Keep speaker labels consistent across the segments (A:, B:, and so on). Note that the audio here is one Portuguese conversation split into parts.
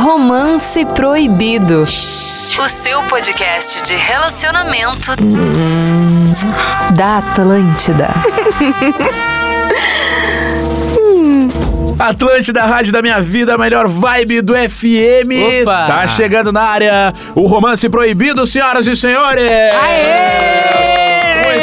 A: Romance Proibido. O seu podcast de relacionamento da Atlântida.
B: Atlântida, Rádio da Minha Vida, a melhor vibe do FM.
C: Opa!
B: Tá chegando na área o romance proibido, senhoras e senhores!
C: Aê!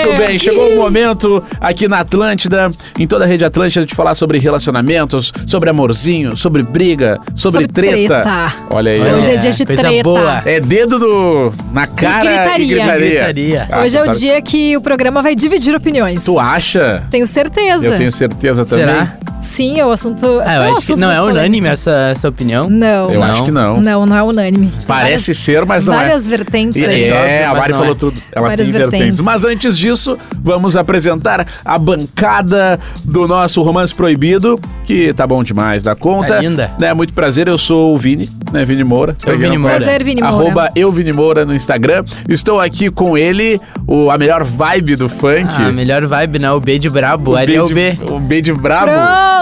B: Muito bem, chegou o momento aqui na Atlântida, em toda a rede Atlântida, de falar sobre relacionamentos, sobre amorzinho, sobre briga, sobre,
D: Sobre
B: treta.
D: treta.
B: Olha aí,
D: Hoje
B: ó.
D: é dia de
C: coisa
D: treta.
C: boa.
B: É dedo do. na cara
D: gritaria.
B: e gritaria.
C: Gritaria.
B: Ah,
D: Hoje é o
B: sabe-
D: dia que o programa vai dividir opiniões.
B: Tu acha?
D: Tenho certeza.
B: Eu tenho certeza também.
C: Será?
D: Sim, é o assunto.
C: Ah,
D: é
C: eu
D: um
C: acho que
D: assunto
C: não é
D: muito polêmico.
C: unânime essa, essa opinião.
D: Não.
B: Eu
C: Não.
B: acho que não.
D: Não, não é unânime.
B: Parece ser, mas não é.
D: várias vertentes.
B: É,
C: Sim,
B: é, a
C: mas
B: Mari
C: não
B: falou
C: é.
B: tudo. Ela
D: Várias
B: tem vertentes.
D: vertentes.
B: Mas antes disso, vamos apresentar a bancada do nosso Romance Proibido, que tá bom demais da conta.
C: Tá linda.
B: Né, muito prazer, eu sou o Vini, né, Vini Moura. Pra quem
C: Vini
B: não
C: Moura.
B: conhece,
D: Prazer, Vini Moura.
B: Arroba eu, Vini Moura, no Instagram. Estou aqui com ele, o, a melhor vibe do funk.
C: Ah, a melhor vibe, né? O B de brabo, ali é o
B: de-
C: B.
B: O B de brabo.
D: Pronto!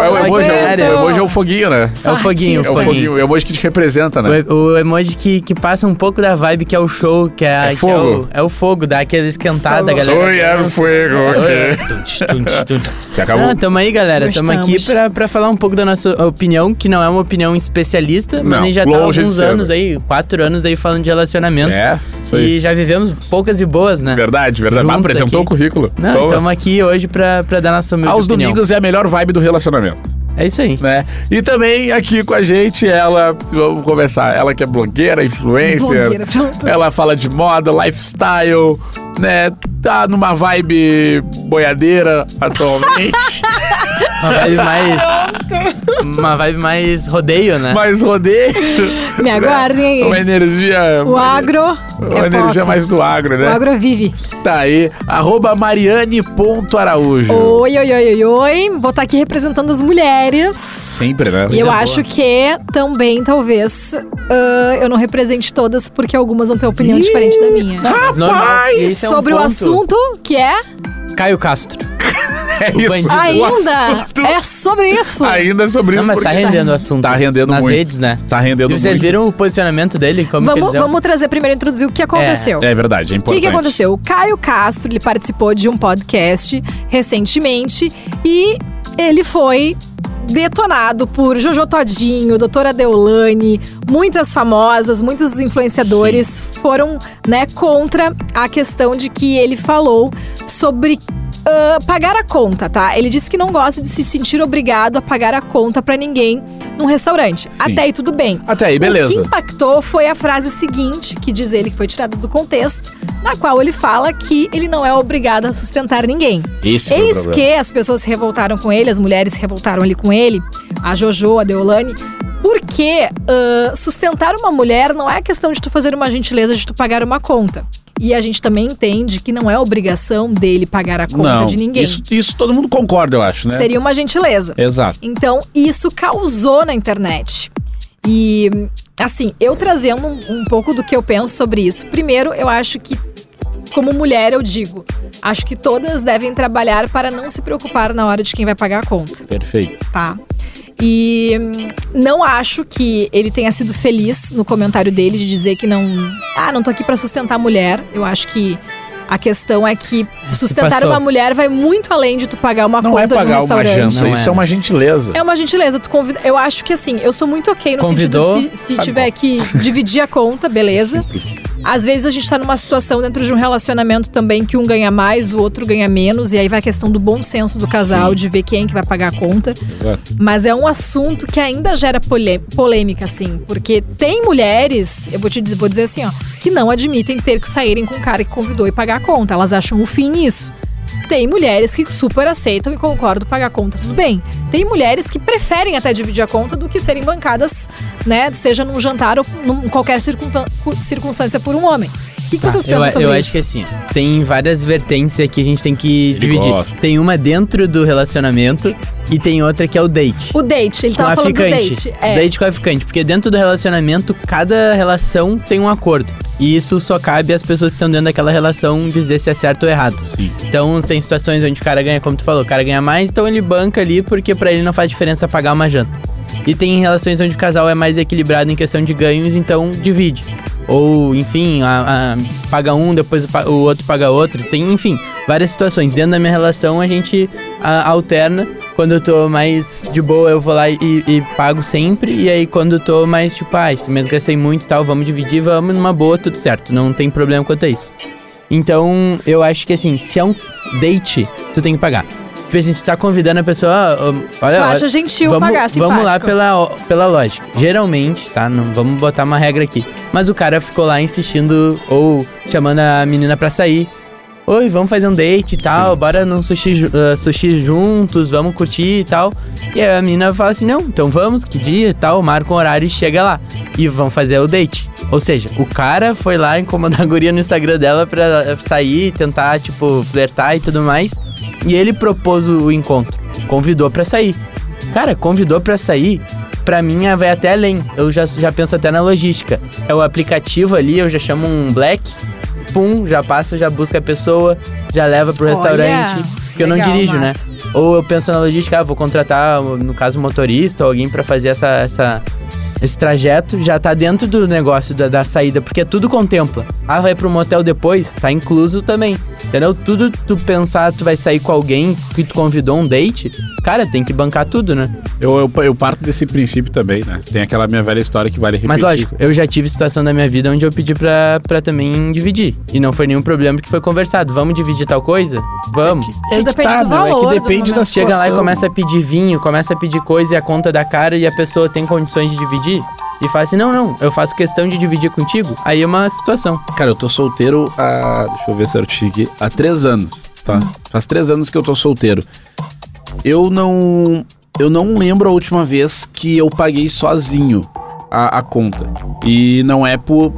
B: É o,
C: Vai
B: emoji, é o-
C: ganhar,
B: o
C: é.
B: emoji é o foguinho, né?
C: É o foguinho,
B: É o foguinho, é o emoji que te representa, né?
C: O, o emoji que, que passa um pouco da vibe que é o show, que é,
B: É
C: que
B: fogo.
C: É o, é o fogo, dá aquela esquentada,
D: Fogo.
C: galera.
B: Soy el fuego.
C: Oi.
B: que- Se acabou.
C: Ah, tamo aí, galera. Tamo
D: Gostamos.
C: aqui pra, pra falar um pouco da nossa opinião, que não é uma opinião especialista, mas
B: Não,
C: a gente já tá há
B: longe de
C: alguns
B: ser,
C: anos
B: né?
C: aí, quatro anos aí falando de relacionamento.
B: É, isso aí.
C: E já vivemos poucas e boas, né?
B: Verdade, verdade. Bah,
C: Juntos
B: apresentou o
C: aqui.
B: currículo.
C: Não,
B: Toma.
C: estamos aqui hoje pra, pra dar nossa humilde
B: Aos
C: opinião.
B: domingos é a melhor vibe do relacionamento,
C: É isso aí.
B: né? E também aqui com a gente, ela, vamos começar, ela que é blogueira, influencer.
D: Blogueira, pronto.
B: Ela fala de moda, lifestyle, né? Tá numa vibe boiadeira atualmente,
C: Uma vibe mais... uma vibe mais rodeio, né?
B: mais rodeio.
D: Me
B: né?
D: aguardem aí.
B: Uma energia.
D: O agro.
B: Uma
D: é
B: energia
D: pop.
B: mais do agro,
D: O
B: né?
D: agro é vive.
B: Tá aí, arroba mariane.araújo.
D: Oi, oi, oi, oi, oi. Vou estar aqui representando as mulheres.
B: Sempre, né?
D: E eu
C: boa.
D: acho que também, talvez, ah, eu não represente todas, porque algumas vão ter opinião diferente da minha.
C: Mas normal, e esse é um
D: Sobre o
C: ponto.
D: assunto, que é
C: Caio Castro.
B: É isso.
C: bandido.
B: O
D: ainda.
B: assunto
D: É sobre isso.
B: Ainda sobre
C: Não,
B: isso.
C: mas tá
B: porque-
C: rendendo o assunto.
B: Tá rendendo
C: Nas
B: muito.
C: redes, né?
B: Tá rendendo
C: E vocês
B: muito.
C: viram o posicionamento dele? Como que
D: Vamos,
C: ele é? deu?
D: vamos trazer primeiro, introduzir o que aconteceu.
B: É verdade, é
D: O
B: importante.
D: que, que aconteceu? O Caio Castro, ele participou de um podcast recentemente e ele foi detonado por Jojo Todinho, Doutora Deolane, muitas famosas, muitos influenciadores foram, né, contra a questão de que ele falou sobre ah, pagar a conta, tá? Ele disse que não gosta de se sentir obrigado a pagar a conta pra ninguém num restaurante.
B: Sim.
D: Até aí tudo bem.
B: Até aí, beleza.
D: O que impactou foi a frase seguinte, que diz ele que foi tirada do contexto, na qual ele fala que ele não é obrigado a sustentar ninguém.
B: Esse foi o
D: Eis
B: problema.
D: que as pessoas se revoltaram com ele, as mulheres se revoltaram ali com ele, a Jojo, a Deolane. Porque ah, sustentar uma mulher não é questão de tu fazer uma gentileza, de tu pagar uma conta. E a gente também entende que não é obrigação dele pagar a conta
B: Não,
D: de ninguém.
B: Isso, isso todo mundo concorda, eu acho, né?
D: Seria uma gentileza.
B: Exato.
D: Então, isso causou na internet. E, assim, eu trazendo um, um pouco do que eu penso sobre isso. Primeiro, eu acho que, como mulher, eu digo, acho que todas devem trabalhar para não se preocupar na hora de quem vai pagar a conta,
B: Perfeito.
D: tá? E hum, não acho que ele tenha sido feliz no comentário dele de dizer que não. Ah, não tô aqui para sustentar a mulher. Eu acho que. A questão é que sustentar
C: passou.
D: uma mulher vai muito além de tu pagar uma
B: Não
D: conta
B: é
D: de um
B: pagar uma
D: restaurante.
B: jança,
C: Não
B: isso é.
C: é.
B: uma gentileza.
D: É uma gentileza, tu convida. Eu acho que assim, eu sou muito ok no
C: Convidou,
D: sentido de se, se
B: pagou.
D: tiver que dividir a conta, beleza. Às vezes a gente tá numa situação dentro de um relacionamento também que um ganha mais, o outro ganha menos, e aí vai a questão do bom senso do casal, de ver quem é que vai pagar a conta.
B: Exato.
D: Mas é um assunto que ainda gera polê- polêmica, assim, porque tem mulheres, eu vou te dizer, vou dizer assim, ó, que não admitem ter que saírem com o cara que convidou e pagar a conta. Elas acham o fim nisso. Tem mulheres que super aceitam e concordam pagar a conta, tudo bem. Tem mulheres que preferem até dividir a conta do que serem bancadas, né? Seja num jantar ou em qualquer circuntan- circunstância por um homem. O que, que
C: Tá,
D: vocês
C: eu,
D: pensam sobre
C: eu
D: isso?
C: acho que assim, tem várias vertentes aqui, a gente tem que dividir.
B: gosta.
C: Tem uma dentro do relacionamento e tem outra que é o date.
D: O date, ele
C: com
D: tava
C: a
D: falando do
C: ficante.
D: date. É.
C: um Date com a ficante. Porque dentro do relacionamento, cada relação tem um acordo. E isso só cabe às pessoas que estão dentro daquela relação dizer se é certo ou errado.
B: Sim.
C: Então, tem situações onde o cara ganha, como tu falou, o cara ganha mais, então ele banca ali porque pra ele não faz diferença pagar uma janta. E tem relações onde o casal é mais equilibrado em questão de ganhos, então divide. Ou, enfim, a- a- paga um, depois o pa- o outro paga outro. Tem, enfim, várias situações. Dentro da minha relação, a gente a- alterna. Quando eu tô mais de boa, eu vou lá e, e pago sempre. E aí, quando eu tô mais tipo, ah, esse mês gastei muito e tal, vamos dividir, vamos numa boa, tudo certo. Não tem problema quanto a isso. Então, eu acho que assim, se é um date, tu tem que pagar. Tipo assim, se tu tá convidando a pessoa, ó, ó, olha,
D: Eu
C: olha,
D: acho gentil
C: vamos,
D: pagar, simpático.
C: Vamos lá pela, pela lógica. Geralmente, tá? Não vamos botar uma regra aqui. Mas o cara ficou lá insistindo ou chamando a menina pra sair. Oi, vamos fazer um date e tal, bora num sushi, ju- ah, sushi juntos, vamos curtir e tal. E aí a menina fala assim, não, então vamos, que dia e tal, marca um horário e chega lá. E vão fazer o date. Ou seja, o cara foi lá incomodar a guria no Instagram dela pra ela sair, tentar, tipo, flertar e tudo mais. E ele propôs o o encontro, convidou pra sair. Cara, convidou pra sair, pra mim é- vai até além. Eu já, já penso até na logística. É o aplicativo ali, eu já chamo um black, pum, já passa, já busca a pessoa, já leva pro
D: Olha,
C: restaurante. Porque eu não
D: legal,
C: dirijo,
D: massa.
C: né? Ou eu penso na logística, ah, vou contratar, no caso, um motorista ou alguém pra fazer essa, essa- esse trajeto. Já tá dentro do negócio da, da saída, porque tudo contempla. Ah, vai pro motel depois? Tá incluso também. Entendeu? Tudo tu pensar, tu vai sair com alguém que tu convidou um date, cara, tem que bancar tudo, né?
B: Eu, eu, eu parto desse princípio também, né? Tem aquela minha velha história que vale repetir.
C: Mas lógico, eu já tive situação da minha vida onde eu pedi pra, pra também dividir. E não foi nenhum problema porque foi conversado. Vamos dividir tal coisa? Vamos.
B: É que
D: depende
B: tá,
D: do
B: meu,
D: valor,
B: É
D: do
B: que depende da
D: momento.
B: situação.
C: Chega lá e começa a pedir vinho, começa a pedir coisa e a conta da cara e a pessoa tem condições de dividir. E fala assim, não, não, eu faço questão de dividir contigo. Aí é uma situação.
B: Cara, eu tô solteiro há. Deixa eu ver certinho aqui. Há três anos, tá? Faz três anos que eu tô solteiro. Eu não. Eu não lembro a última vez que eu paguei sozinho a, a conta. E não é por,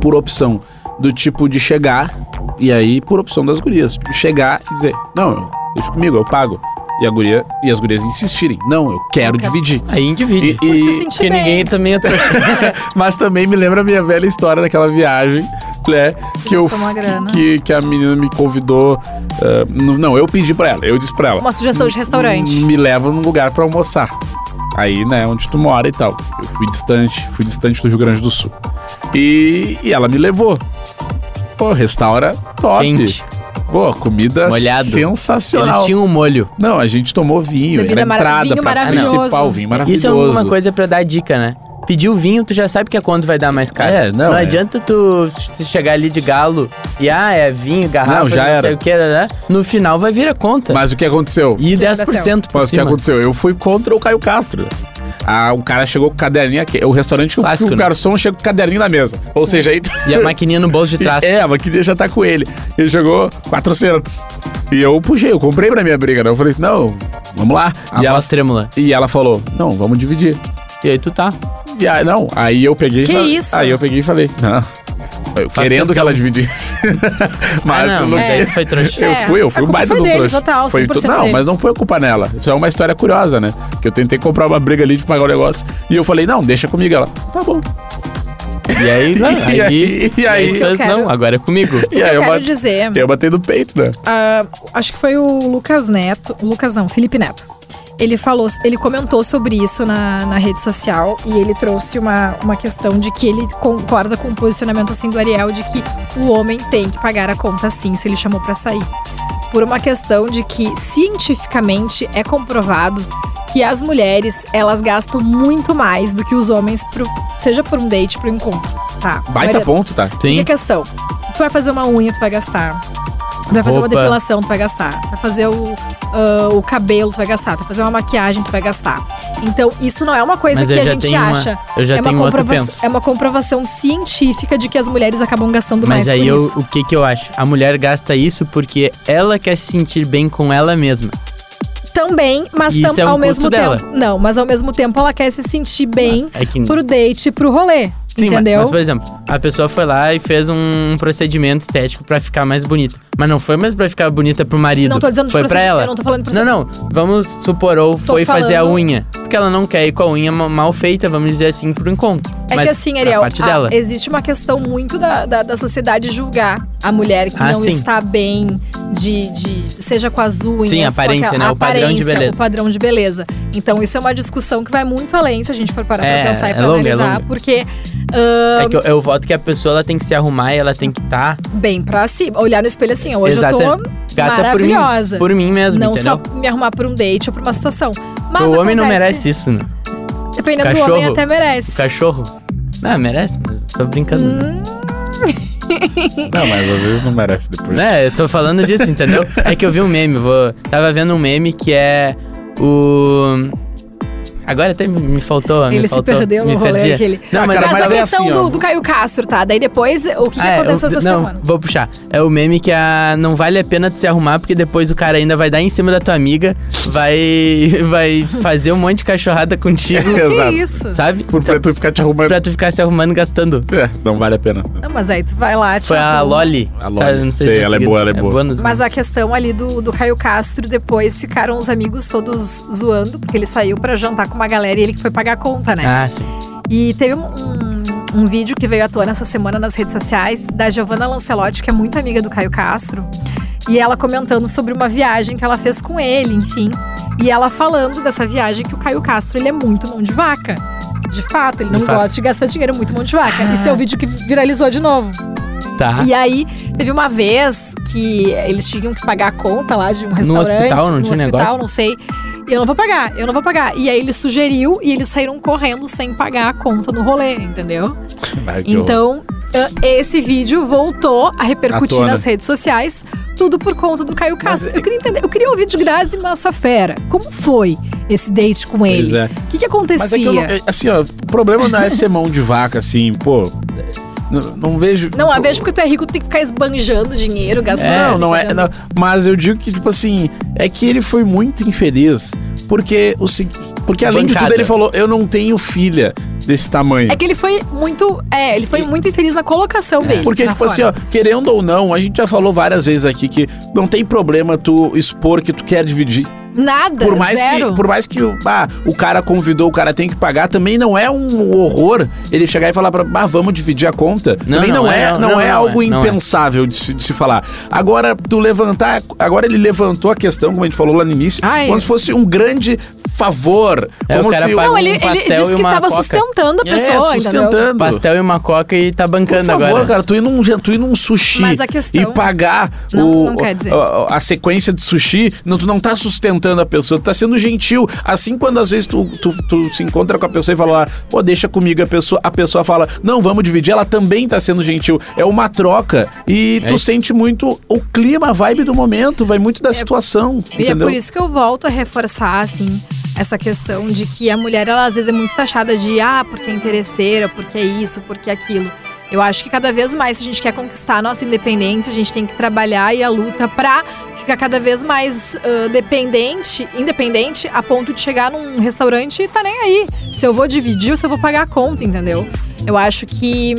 B: por opção. Do tipo de chegar, e aí por opção das gurias. Tipo, chegar e dizer, não, eu- deixa comigo, eu pago. E, a guria, e as gurias insistirem. Não, eu quero dividir. assim,
C: Aí divide.
B: E- e-
D: se sentir
C: Porque
D: bem.
C: ninguém também é trouxa.
B: Mas também me lembra a minha velha história daquela viagem, né? Que, eu,
D: gastou uma grana.
B: que, que a menina me convidou. ah, n- não, eu pedi pra ela, eu disse pra ela.
D: Uma sugestão de restaurante.
B: Me leva num lugar pra almoçar. Aí, né, onde tu mora e tal. Eu fui distante, fui distante do Rio Grande do Sul. E, e ela me levou. Pô, restaura top.
C: Quente.
B: Pô, comida
C: Molhado. Eles
B: sensacional.
C: tinham um molho.
B: Não, a gente tomou vinho,
D: Bebida
B: era
D: mara-
B: entrada
D: vinho
B: pra
D: maravilhoso.
B: principal, vinho maravilhoso.
C: Isso é uma coisa pra dar dica, né? Pedir o vinho, tu já sabe que a conta vai dar mais caro.
B: É, não, é.
C: adianta tu se chegar ali de galo e, ah, é vinho, garrafa,
B: Não,
C: não,
B: já era.
C: sei o que, né? No final vai vir a conta.
B: Mas o que aconteceu?
C: e
D: Que
C: 10% por
B: Mas o que
C: cima.
B: aconteceu? Eu fui contra o Caio Castro. Ah, o cara chegou com o caderninho aqui. O restaurante que o-
C: Clássico,
B: que o
C: né?
B: garçom chega com o caderninho na mesa. Ou seja, aí. tu-
C: E a maquininha no bolso de trás.
B: É, mas queria já tá com ele. Ele jogou 400. E eu puxei, eu comprei pra minha briga, né? Eu falei, não, vamos lá.
C: a
B: E ela,
C: voz trêmula.
B: e ela falou, não, vamos dividir.
C: E aí tu tá.
B: E aí, não, aí eu peguei
D: Que
B: e falei,
D: isso?
B: Aí eu peguei e falei, não. Eu
C: Faz
B: querendo
C: questão.
B: que ela dividisse.
C: Ah,
B: mas
C: não,
B: eu não
C: mas
B: quis.
C: aí tu foi trouxa.
B: Eu
D: É,
B: fui, eu
D: a
B: fui um
D: culpa
B: baita
D: foi
B: do
D: dele,
B: trouxa.
D: total,
B: foi
D: 100%
B: Não,
D: dele.
B: mas não foi culpa nela. Isso é uma história curiosa, né? Que eu tentei comprar uma briga ali de pagar o negócio e eu falei, não, deixa comigo. Ela, tá bom.
C: E aí, não,
B: E
C: aí,
B: aí- e aí-
C: tu faz,
D: Eu quero-
C: não, agora é comigo.
B: E aí
D: eu quero
B: bate-
D: dizer-
B: Eu bati no peito, né?
D: Ah, acho que foi o Lucas Neto. o Lucas não, Felipe Neto. Ele falou, ele comentou sobre isso na, na rede social e ele trouxe uma, uma questão de que ele concorda com o posicionamento assim do Ariel de que o homem tem que pagar a conta sim se ele chamou pra sair. Por uma questão de que cientificamente é comprovado que as mulheres elas gastam muito mais do que os homens, pro, seja por um date, pro encontro, tá?
B: Baita
D: Maria-
B: ponto, tá?
D: e
C: Sim.
D: a é questão? Tu vai fazer uma unha, tu vai gastar. Tu vai fazer uma
C: Roupa.
D: depilação, tu vai gastar. Tu vai fazer o, ah, o cabelo, tu vai gastar. Tu vai fazer uma maquiagem, tu vai gastar. Então, isso não é uma coisa
C: Mas
D: que
C: eu
D: a
C: já
D: gente
C: tenho uma-
D: acha.
C: eu já
D: é, uma
C: tenho outro
D: comprova-
C: penso.
D: é uma comprovação científica de que as mulheres acabam gastando mais
C: Mas aí
D: por
C: eu,
D: isso.
C: o que que eu acho? A mulher gasta isso porque ela quer se sentir bem com ela mesma.
D: Também, mas
C: Isso
D: tam-
C: é um
D: ao
C: custo
D: mesmo
C: dela.
D: tempo. Não, mas ao mesmo tempo ela quer se sentir bem
C: É que
D: pro date, pro rolê.
C: Sim, mas-
D: entendeu?
C: Mas, por exemplo, a pessoa foi lá e fez um procedimento estético pra ficar mais bonita. Mas não foi mesmo pra ficar bonita pro marido.
D: Não tô dizendo
C: Foi
D: pra
C: pra
D: você-
C: ela.
D: eu não tô falando pra você.
C: Não, não. Vamos supor, ou foi fazer a
D: falando-
C: unha. Porque ela não quer ir com a unha ma- mal feita, vamos dizer assim, pro encontro.
D: É
C: Mas
D: que assim,
C: a
D: Ariel,
C: parte
D: a-
C: dela.
D: existe uma questão muito da, da, da sociedade julgar a mulher que
C: Ah,
D: não
C: sim.
D: está bem, de, de- seja com as unhas,
C: Sim,
D: com
C: aparência,
D: aquela-
C: né? O padrão de
D: aparência,
C: beleza.
D: O padrão de beleza. Então, isso é uma discussão que vai muito além, se a gente for parar
C: É,
D: pra pensar e
C: é
D: pra
C: longa, é
D: analisar,
C: longa.
D: porque
C: É que eu, eu voto que a pessoa ela tem que se arrumar e ela tem que estar
D: bem pra si, olhar no espelho assim, hoje eu
C: Exatamente.
D: tô
C: gata por mim.
D: maravilhosa.
C: Por mim mesmo,
D: não
C: entendeu?
D: só me arrumar pra um date ou pra uma situação. Mas
C: o homem não
D: acontece-
C: merece isso, né?
D: Dependendo do homem,
C: Cachorro.
D: até merece.
C: O cachorro. Ah, merece, mas tô brincando. né?
B: Não, mas às vezes não merece depois.
C: É, eu tô falando disso, entendeu? É que eu vi um meme, eu vou... tava vendo um meme que é o. Agora até me- me faltou, me
D: Ele se
C: faltou,
D: perdeu
C: me
D: no rolê
C: perdi.
D: aquele.
C: Não,
B: Ah,
C: mas,
B: cara,
D: Mas,
B: mas
D: a
B: é
D: questão
B: assim, ó.
D: do, do Caio Castro, tá? Daí depois, o que, que
C: Ah, é,
D: aconteceu
C: o-
D: essa
C: não,
D: semana?
C: Vou puxar. É o meme que a não vale a pena tu se arrumar, porque depois o cara ainda vai dar em cima da tua amiga, vai, vai fazer um monte de cachorrada contigo,
B: Exato.
D: Que isso?
C: sabe? Então,
B: Por pra tu ficar te arrumando.
C: Pra tu ficar se arrumando e gastando.
B: É, não vale a pena.
D: Não, Ah, mas aí tu vai lá, te
C: Foi a
D: arruma. um-
C: Loli.
B: A
C: sabe?
B: Loli.
C: Não
B: Sei,
C: eu
B: ela é
C: segui-
B: boa, ela é boa.
C: nos
D: Mas a
C: memes.
D: questão ali do, do Caio Castro, depois ficaram os amigos todos zoando, porque ele saiu pra jantar com uma galera e ele que foi pagar a conta, né?
C: Ah, sim.
D: E teve um, um- um vídeo que veio à tona essa semana nas redes sociais da Giovanna Lancelotti, que é muito amiga do Caio Castro. E ela comentando sobre uma viagem que ela fez com ele, enfim. E ela falando dessa viagem que o Caio Castro, ele é muito mão de vaca. De fato, ele
C: De
D: não
C: fato.
D: gosta de gastar dinheiro, é muito mão de vaca.
C: Ah.
D: Esse é o vídeo que viralizou de novo.
B: Ah.
C: Tá.
D: E aí, teve uma vez que eles tinham que pagar a conta lá de um restaurante.
C: hospital, não
D: num
C: tinha
D: hospital,
C: negócio?
D: não sei. E eu não vou pagar, eu não vou pagar. E aí ele sugeriu e eles saíram correndo sem pagar a conta no rolê, entendeu?
B: Vai, que horror.
D: Então, ah, esse vídeo voltou a repercutir
B: À tona. é-
D: nas redes sociais, tudo por conta do Caio Castro. Eu queria entender, eu queria ouvir de Grazi Massa Fera. Como foi esse date com
B: Pois
D: ele?
B: é.
D: O que, que acontecia?
B: Mas é que eu não, é, assim, ó, o problema não é ser mão de vaca, assim, pô. é, Não, não vejo.
D: Não, a
B: pô,
D: vez porque tu é rico, tu tem que ficar esbanjando dinheiro, gastando.
C: É,
B: Não, não é.
D: fazendo-
B: não. mas eu digo que, tipo assim, é que ele foi muito infeliz. Porque o segui- Porque além de
C: Bancada.
B: tudo, ele falou: eu não tenho filha desse tamanho.
D: É que ele foi muito. É, ele foi muito infeliz na colocação dele. tá
B: Porque,
D: na
B: tipo assim, ó,
D: forma.
B: querendo ou não, a gente já falou várias vezes aqui que não tem problema tu expor que tu quer dividir.
D: Nada.
B: Por mais
D: zero.
B: que, por mais que ah, o cara convidou, o cara tem que pagar, também não é um horror ele chegar e falar pra, ah, vamos dividir a conta.
C: Não,
B: também não,
C: não
B: é,
C: é,
B: não,
C: não, não,
B: é
C: não
B: algo
C: é, não é.
B: impensável de, se, de se falar. Agora, tu levantar, agora ele levantou a questão, como a gente falou lá no início,
D: Ai.
B: como se fosse um grande favor,
C: É, o
B: como
C: cara
B: se
C: paga
D: Não,
C: um
D: ele, ele
C: pastel
D: disse
C: e
D: que
C: uma
D: tava
C: coca.
D: sustentando a pessoa,
B: é,
D: entendeu?
B: sustentando.
C: Pastel e uma coca e tá
B: Por
C: bancando
B: favor,
C: agora.
B: cara, tu ir num, jan- tu ir num sushi
D: Mas a questão- é-
B: e pagar
D: Não-
B: o,
D: não quer dizer.
B: A, a sequência de sushi, não, tu não tá sustentando a pessoa, tu tá sendo gentil. Assim, quando às vezes tu, tu, tu se encontra com a pessoa e fala, lá, pô, deixa comigo, a pessoa, a pessoa fala, não, vamos dividir, ela também tá sendo gentil. É uma troca e
C: É
B: tu
C: isso.
B: sente muito o clima, a vibe do momento, vai muito da situação,
D: E é
B: entendeu?
D: por isso que eu volto a reforçar, assim, essa questão de que a mulher, ela às vezes é muito taxada de ah, porque é interesseira, porque é isso, porque é aquilo. Eu acho que cada vez mais, se a gente quer conquistar a nossa independência, a gente tem que trabalhar e a luta pra ficar cada vez mais ah, dependente, independente, a ponto de chegar num restaurante e tá nem aí. Se eu vou dividir ou se eu vou pagar a conta, entendeu? Eu acho que,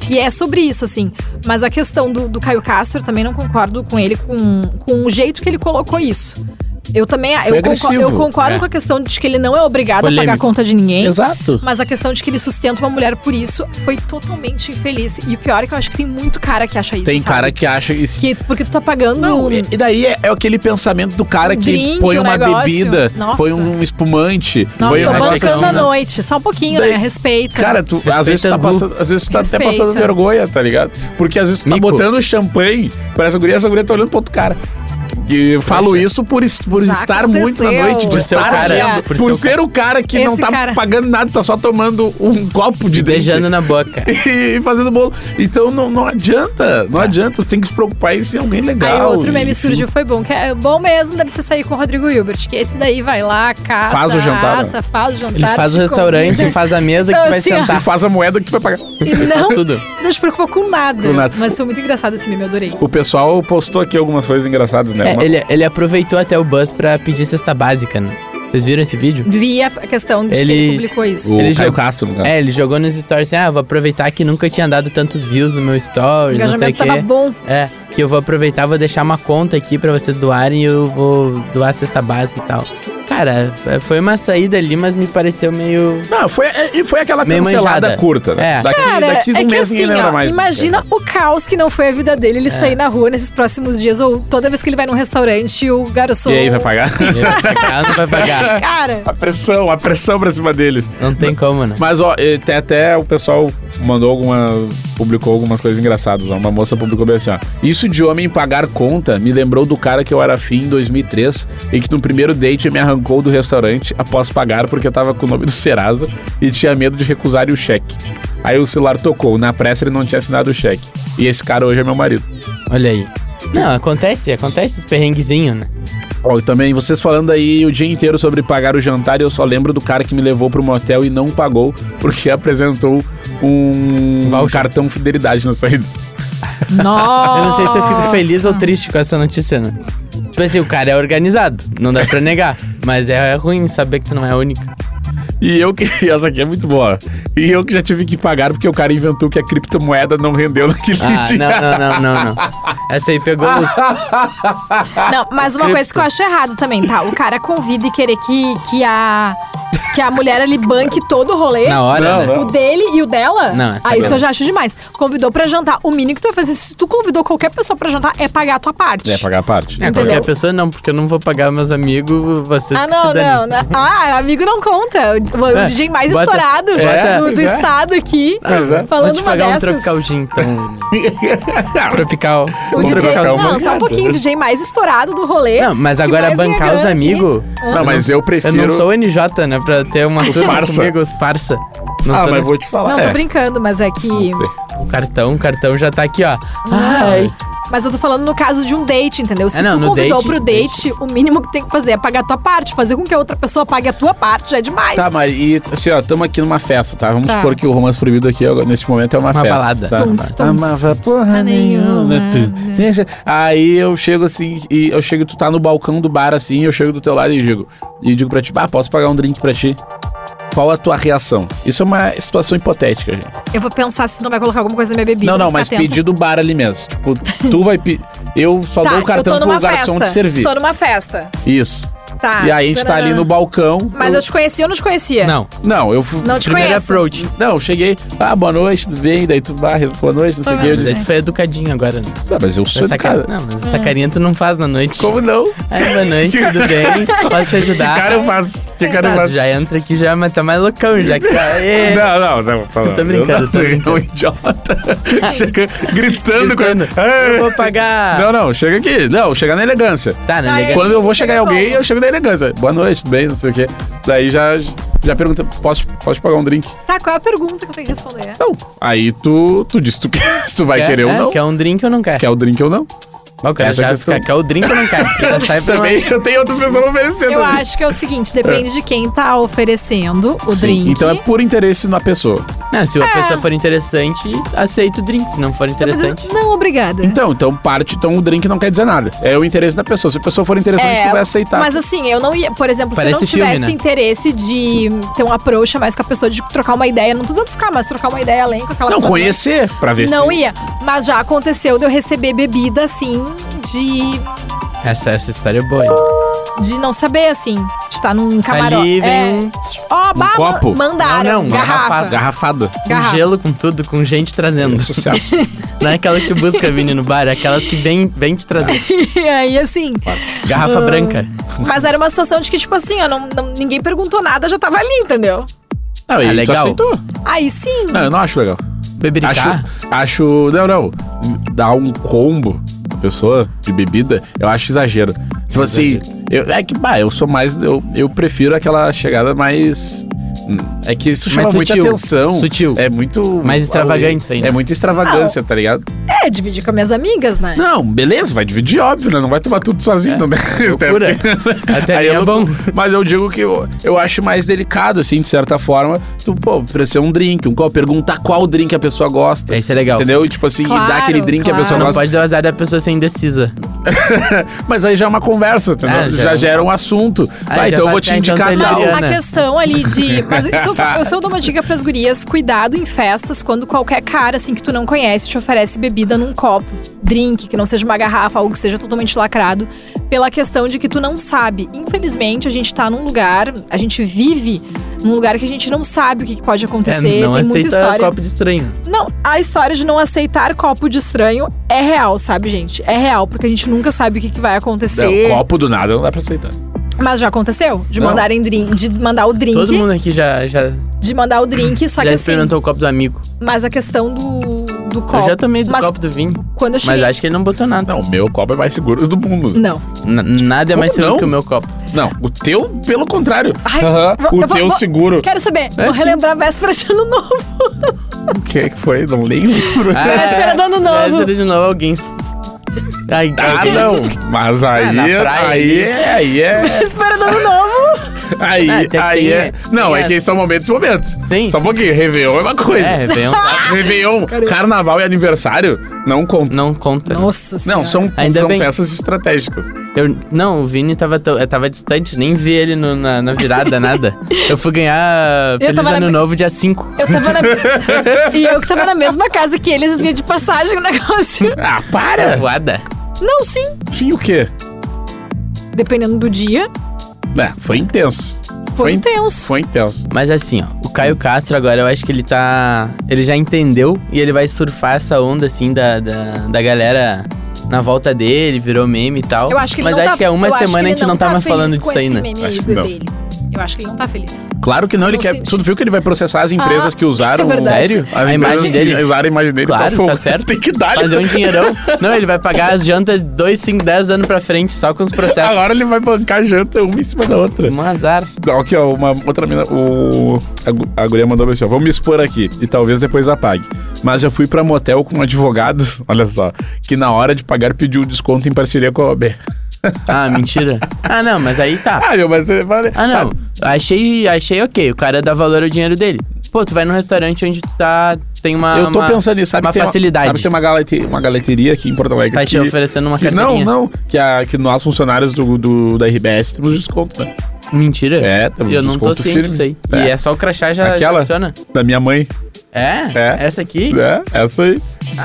D: que é sobre isso, assim. Mas a questão do, do Caio Castro, eu também não concordo com ele, com, com o jeito que ele colocou isso. Eu também eu, conco-
B: agressivo. né?
D: eu concordo
C: É.
D: com a questão de que ele não é obrigado a pagar a
C: Polêmico.
D: conta de ninguém.
B: Exato.
D: Mas a questão de que ele sustenta uma mulher por isso foi totalmente infeliz. E o pior é que eu acho que tem muito cara que acha isso.
B: Tem
D: sabe?
B: cara que acha isso.
D: que. Porque tu tá pagando.
B: Não, e e daí é, é aquele pensamento do cara que
D: Drink,
B: põe
D: um
B: uma
D: negócio.
B: bebida,
D: Nossa.
B: põe um espumante,
D: não,
B: põe um
D: tô
C: acho
B: negócio
C: que
D: bancando
B: assim.
D: à
B: né?
D: noite. Só um pouquinho,
B: Daí-
D: né? Respeita.
B: Cara, tu, às vezes tu tá
C: Respeita,
B: passando, às vezes tu tá até passando
D: Respeita.
B: vergonha, tá ligado? Porque às vezes tu tá
C: Mico.
B: botando champanhe pra essa guria, essa guria tá olhando pro outro cara. E eu falo
C: Poxa.
B: isso por, es- por
D: Já
B: estar
D: aconteceu.
B: muito na noite, de
D: Por
C: ser o
B: estar
C: cara,
B: vendo, por,
C: por ser o
B: ser o cara que não
D: Esse
B: tá
D: cara.
B: pagando nada, tá só tomando um copo de drink
C: Beijando né? na boca.
B: e fazendo bolo. Então não, não adianta,
C: Tá.
B: não adianta, tu tem que se preocupar em ser alguém legal.
D: Aí outro meme
B: e-
D: surgiu, foi bom. Que é bom mesmo, deve ser sair com o Rodrigo Hilbert. Que esse daí vai lá, caça,
B: Faz o jantar, né?
D: Assa, faz o jantar.
C: Ele faz o
D: te
C: restaurante,
D: convida.
C: faz a mesa que
D: Então,
C: tu vai
D: assim, ó.
B: E
C: sentar.
B: faz a moeda que tu vai pagar.
D: E não,
C: Faz tudo.
D: tu não se preocupa com nada.
B: Com nada.
D: Mas foi muito engraçado esse meme, eu adorei.
B: O pessoal postou aqui algumas coisas engraçadas, né?
C: É,
B: Uma-
C: ele, ele aproveitou até o bus pra pedir cesta básica, né? Vocês viram esse vídeo?
D: Vi a questão de que
C: Ele-
D: ele publicou isso.
B: O
C: ele
B: Caio
C: jogou-
B: Castro, no caso.
C: É, ele jogou nos stories assim, ah, vou aproveitar que nunca tinha dado tantos views no meu
D: O
C: stories, não sei o
D: engajamento
C: quê.
D: tava bom.
C: É, que eu vou aproveitar, vou deixar uma conta aqui pra vocês doarem e eu vou doar a cesta básica e tal. Cara, é, foi uma saída ali, mas me pareceu meio.
B: Não, foi, é- foi aquela
C: Meio
B: cancelada
C: manjada.
B: curta, né?
C: É.
B: Daqui,
D: Cara,
B: daqui
D: é
B: um
D: que
B: mês ninguém
D: assim,
B: lembra
D: ó,
B: mais. É.
D: imagina o caos que não foi a vida dele ele sair na rua nesses próximos dias, ou toda vez que ele vai num restaurante, o garçom.
B: E aí, vai pagar?
C: Vai pagar, não vai pagar.
D: Cara,
B: a pressão, a pressão pra cima deles.
C: Não tem como, né?
B: Mas, ó, eh, tem até o pessoal mandou alguma. publicou algumas coisas engraçadas. ó. Uma moça publicou bem assim, ó. Isso de homem pagar conta me lembrou do cara que eu era fim em 2003 e que no primeiro date me arrancou do restaurante após pagar porque eu tava com o nome do Serasa e tinha medo de recusar o cheque. Aí o celular tocou, na pressa ele não tinha assinado o cheque. E esse cara hoje é meu marido.
C: Olha aí. Não, acontece, acontece os perrenguezinhos, né?
B: Ó, e também vocês falando aí o dia inteiro sobre pagar o jantar, e eu só lembro do cara que me levou pro motel e não pagou, porque apresentou um
C: Voucher.
B: cartão fidelidade na saída.
D: nossa.
C: Eu não sei se eu fico feliz ou triste com essa notícia, né? Tipo assim, o cara é organizado, não dá pra negar. Mas é ruim saber que tu não é a única.
B: E eu que. Essa aqui é muito boa. E eu que já tive que pagar porque o cara inventou que a criptomoeda não rendeu naquele
C: Ah,
B: dia.
C: não, não, não, não, não. Essa aí pegou os.
D: Não, mas uma
C: Cripto.
D: coisa que eu acho errado também, tá? O cara convida e querer que, que a. Que a mulher ali banque todo o rolê.
C: Na hora,
B: Não,
C: né?
B: não.
D: O dele e o dela?
C: Não, essa
D: Aí isso
C: é
D: eu
C: verdade.
D: já acho demais. Convidou pra jantar. O mínimo que tu vai fazer, se tu convidou qualquer pessoa pra jantar, é pagar a tua parte.
B: É, pagar a parte.
C: É,
D: Entendeu?
C: qualquer pessoa não, porque eu não vou pagar meus amigos, vocês
D: Ah,
C: que se
D: não,
C: danem.
D: não, não. Ah, amigo não conta. O, o
C: É,
D: DJ mais
C: bota-
D: estourado
B: é,
D: do,
B: pois
D: do
B: é.
D: estado aqui,
B: Pois é.
C: Vou
D: falando
C: te
D: uma
C: pagar um
D: dessas.
C: trocaldinho, então. né? Tropical.
D: o
B: Vamos
D: DJ,
B: trocar uma
D: não, só um
B: olhada.
D: pouquinho, o DJ mais estourado do rolê.
C: Não, mas
D: que
C: agora
D: mais ganha
C: bancar os
D: grana aqui.
C: amigos.
B: Não, mas eu prefiro.
C: Eu não sou o NJ, né? Pra ter uma turma
B: parça.
C: comigo, os parça. Não
B: Ah,
C: tô
B: mas
C: nem-
B: vou te falar.
D: Não,
B: é.
D: tô brincando, mas é que.
C: O cartão, o cartão já tá aqui, ó. Ai.
D: Mas eu tô falando no caso de um date, entendeu? Se
C: É, não,
D: tu
C: no
D: convidou
C: date-
D: pro date, o mínimo que tem que fazer é pagar a tua parte. Fazer com que a outra pessoa pague a tua parte já é demais.
B: Tá, mas e, assim, ó, estamos aqui numa festa, tá? Vamos
D: Tá.
B: supor que o romance proibido aqui, agora, nesse momento, é uma,
C: Uma
B: festa.
C: balada.
B: Tá?
D: Tums, tums,
B: Amava
D: tums.
B: porra nenhuma.
D: Nenhuma.
B: tu. Aí eu chego assim, e eu chego, tu tá no balcão do bar assim, eu chego do teu lado e digo, e digo pra ti, ah, posso pagar um drink pra ti? Qual a tua reação? Isso é uma situação hipotética, gente.
D: Eu vou pensar se tu não vai colocar alguma coisa na minha bebida.
B: não, não,
D: vou
B: mas
D: ficar atenta.
B: pedir do bar ali mesmo. Tipo, tu vai pedir. Eu só
D: Tá,
B: dou o cartão
D: eu tô
B: pro
D: numa
B: garçom
D: festa.
B: te servir.
D: Tô numa festa.
B: Isso.
D: Tá.
B: e aí a gente tá ali no balcão.
D: Mas eu te conhecia ou não te conhecia?
C: Não,
B: Não, eu fui.
D: Não te
C: primeiro
D: É. conheço.
C: approach.
B: Não, eu cheguei. Ah, boa noite, tudo bem? Daí tu barra, boa noite, não sei o que. Eu
C: Mas
B: disse,
C: aí tu foi educadinho agora, né?
B: tá, mas eu sou
C: Essa
B: do
C: cara...
B: cara.
C: Não, mas
D: É.
C: essa carinha tu não faz na noite.
B: Como não?
C: Ai, boa noite, tudo bem? Posso te ajudar?
B: Que cara eu faço? Que cara eu
C: Ah, tu
B: faço?
C: já entra aqui já, mas tá mais loucão já. Que tá... Ê,
B: Não, não, não. não, não.
C: tô brincando,
B: eu
C: tô
B: não, um idiota. Chega gritando com
C: gritando. Eu
B: ele.
C: vou Ah. pagar.
B: Não, não, chega aqui. Não, chega na elegância.
C: Tá, né?
D: Ai,
C: legal.
B: Quando eu vou chegar em alguém,
D: Como?
B: eu chego na elegância. Boa noite, tudo bem, não sei o quê. Daí já, já pergunta, posso, posso pagar um drink?
D: Tá, qual é a pergunta que eu tenho que responder?
B: Não. Aí tu, tu diz tu quer, se tu vai
C: Quer-
B: querer ou
C: é,
B: não.
C: Quer um drink ou não quer?
B: Quer o drink ou não.
C: Ó, o cara
B: Essa é a
C: já
B: questão.
C: fica, quer o drink ou não quer? Já sai pra lá.
B: Também eu tenho outras pessoas oferecendo.
D: Eu acho que é o seguinte, depende de quem tá oferecendo o
B: Sim,
D: drink.
B: Então é por interesse na pessoa.
C: Não, se a
D: É.
C: pessoa for interessante, aceita o drink. Se não for
D: Tá pensando,
C: interessante,
D: Não, obrigada.
B: Então, então parte, então o drink não quer dizer nada. É o interesse da pessoa. Se a pessoa for interessante, tu vai aceitar.
D: Mas assim, eu não ia, por exemplo,
C: Tá. Parece
D: se eu não
C: filme,
D: tivesse
C: né?
D: interesse de ter um approach a mais com a pessoa, de trocar uma ideia, não tô dando ficar, mas trocar uma ideia além com aquela
B: não
D: pessoa. né?
B: conhecer pra ver
D: Não
B: se.
D: ia. Mas já aconteceu de eu receber bebida, assim, de,
C: essa, essa história é boa. hein?
D: de não saber, assim, de estar num camarote.
C: Ali vem
D: É.
C: um,
D: Ó,
B: Um
D: bah,
B: copo?
D: mandaram.
C: Não, não,
D: garrafa.
C: garrafa.
B: Garrafada.
C: um
D: Garrafa.
C: gelo com tudo, com gente trazendo.
B: Sucesso.
C: Não é aquela que tu busca, Vini, no bar. É aquelas que vem, vem te trazer.
D: E aí, assim.
C: Garrafa branca.
D: Mas era uma situação de que, tipo assim, ó, não, não- ninguém perguntou nada, já tava ali, entendeu?
B: Não, e
C: Ah,
B: tu
C: legal.
B: aceitou.
D: Aí sim.
C: Ah.
B: Não, eu não acho legal.
C: Bebericar.
B: Acho, acho. Não, não. Dar um combo pra pessoa de bebida, eu acho exagero. Tipo assim, eu- é que, bah, eu sou mais. Eu, eu prefiro aquela chegada mais. hum, É que isso chama
C: Mais
B: muita
C: sutil.
B: atenção.
C: Sutil.
B: É muito.
C: Mais extravagante isso aí, né?
B: É muita extravagância, tá ligado?
D: É, dividir com as minhas amigas, né?
B: Não, beleza, vai dividir, óbvio, né? Não vai tomar tudo sozinho, não, né?
C: É, loucura. Até aí é
B: eu
C: bom.
B: não- Mas eu digo que eu, eu acho mais delicado, assim, de certa forma, tu, pô, oferecer um drink, um copo, perguntar qual drink a pessoa gosta.
C: Isso é legal.
B: Entendeu? E tipo assim, e dar
D: Claro,
B: aquele drink que a
D: claro.
B: pessoa
C: Não
B: gosta.
C: pode dar o azar da pessoa ser indecisa.
B: Mas aí já é uma conversa, entendeu?
C: Ah,
B: já,
C: já é um-
B: gera um assunto.
C: Ah,
B: Ah,
C: já
B: então eu
C: vai
B: vou te
C: ser, então,
B: indicar
C: tá
D: Mas
B: tal.
C: ligado.
D: a
C: Ana.
D: questão ali de. Mas isso eu, eu só dou uma dica pras gurias: cuidado em festas quando qualquer cara, assim, que tu não conhece, te oferece bebida num copo. drink, que não seja uma garrafa, algo que seja totalmente lacrado, pela questão de que tu não sabe. Infelizmente, a gente tá num lugar, a gente vive num lugar que a gente não sabe o que que pode
C: É,
D: acontecer,
C: não
D: tem muita
C: aceita
D: história.
C: copo de estranho.
D: Não, a história de não aceitar copo de estranho é real, sabe, gente? É real, porque a gente nunca sabe o que, que vai acontecer.
B: Não, copo do nada não dá pra aceitar.
D: Mas já aconteceu? De
B: Não.
D: mandarem drink, de mandar o drink,
C: Todo mundo aqui já, já,
D: de mandar o drink, só
C: já
D: que assim,
C: experimentou o copo do amigo.
D: mas a questão do, do
C: Eu
D: copo.
C: já tomei do
D: mas
C: copo do vinho,
D: quando eu
C: mas
D: cheguei.
C: acho que ele não botou nada.
B: Não, o meu copo é mais seguro do mundo.
D: Não.
C: N- nada é
B: Como
C: mais seguro
B: não?
C: que o meu copo.
B: Não, o teu, pelo contrário.
D: Ai,
B: Aham,
D: vou-
B: O
D: eu vou-
B: teu
D: vou-
B: seguro.
D: Quero saber,
C: É,
D: vou
C: sim.
D: relembrar a véspera de ano novo.
B: O que que foi? Não nem lembro.
C: Ah,
D: Véspera do ano novo.
C: Véspera de novo, alguém... se- Ai,
B: Ah,
C: alguém-
B: não. Mas aí,
C: Ah, na praia
B: aí,
C: ali.
B: é, aí é,
D: Véspera do ano novo.
B: aí,
C: Ah, tem-
B: aí
C: tem-
B: é. Não,
C: tem
B: é que
C: essa.
B: são momentos e momentos.
C: Sim.
B: Só um pouquinho, Réveillon é uma coisa.
C: É, Réveillon tá-
B: Réveillon, carnaval e aniversário não contam.
C: não conta. né?
D: Nossa
B: Não, são,
C: Ainda
B: são
C: bem.
B: festas estratégicas.
C: Eu, não, o Vini tava, tão- eu tava distante, nem vi ele no- na, na virada, nada. Eu fui ganhar
D: Eu
C: Feliz
D: tava na
C: Ano
D: me-
C: Novo dia 5.
D: Eu tava na... e eu que tava na mesma casa que eles, via de passagem o negócio.
B: Ah,
D: É.
B: para!
C: É Voada.
D: Não, sim.
B: Sim, o quê?
D: Dependendo do dia,
B: É, foi intenso.
D: foi
B: in-
D: intenso.
B: Foi intenso.
C: Mas assim, ó, o Caio Castro agora eu acho que ele tá. Ele já entendeu e ele vai surfar essa onda assim da, da, da galera na volta dele, virou meme e tal.
D: Eu acho que ele
C: Mas
D: não
C: acho
D: tá,
C: que há uma
D: eu acho que
C: semana a
D: ele
C: gente não
D: tá
C: tá mais
D: feliz
C: falando
D: com
C: disso aí,
D: esse
C: né?
D: meme
B: Acho
D: aí
B: que não.
D: dele. Eu acho que ele não tá feliz.
B: Claro que não, ele
D: Não
B: quer.
D: sei.
B: Tu viu que ele vai processar as empresas que usaram.
D: é verdade.
C: Sério?
B: As
C: Ah, A
B: empresas
C: imagem
B: que
C: dele?
B: Usaram a imagem dele
C: Claro,
B: pra fogo.
C: tá certo.
B: Tem que dar né?
C: Fazer um dinheirão. Não, ele vai pagar as jantas 2, 5, 10 anos pra frente só com os processos.
B: Agora ele vai bancar janta uma em cima da outra.
C: Um azar.
B: Aqui, ó, uma outra mina. O, a, gu- a guria mandou pra mim assim: ó, vamos me expor aqui e talvez depois apague. Mas já fui pra motel com um advogado, olha só, que na hora de pagar pediu desconto em parceria com a OAB.
C: Ah, mentira. Ah, não, mas aí tá.
B: Ah, meu, mas você fala.
C: Ah, não.
B: sabe?
C: Achei, achei ok. O cara dá valor ao dinheiro dele. Pô, tu vai num restaurante onde tu tá. Tem uma.
B: Eu tô
C: uma-
B: pensando nisso, sabe?
C: uma
B: que tem
C: facilidade.
B: sabe que tem uma, galete, uma galeteria aqui em Porto Alegre.
C: Tá te
B: que,
C: oferecendo uma
B: que
C: carteirinha.
B: não, não. Que, a, que nós, funcionários do, do- da RBS, temos desconto, né?
C: Mentira.
B: É, temos
C: Eu não tô
B: desconto
C: ciente
B: firme.
C: disso aí.
B: É.
C: E é só o crachá já, já
B: Aquela?
C: funciona.
B: Da minha mãe.
C: É?
B: É.
C: Essa aqui?
B: É, essa aí.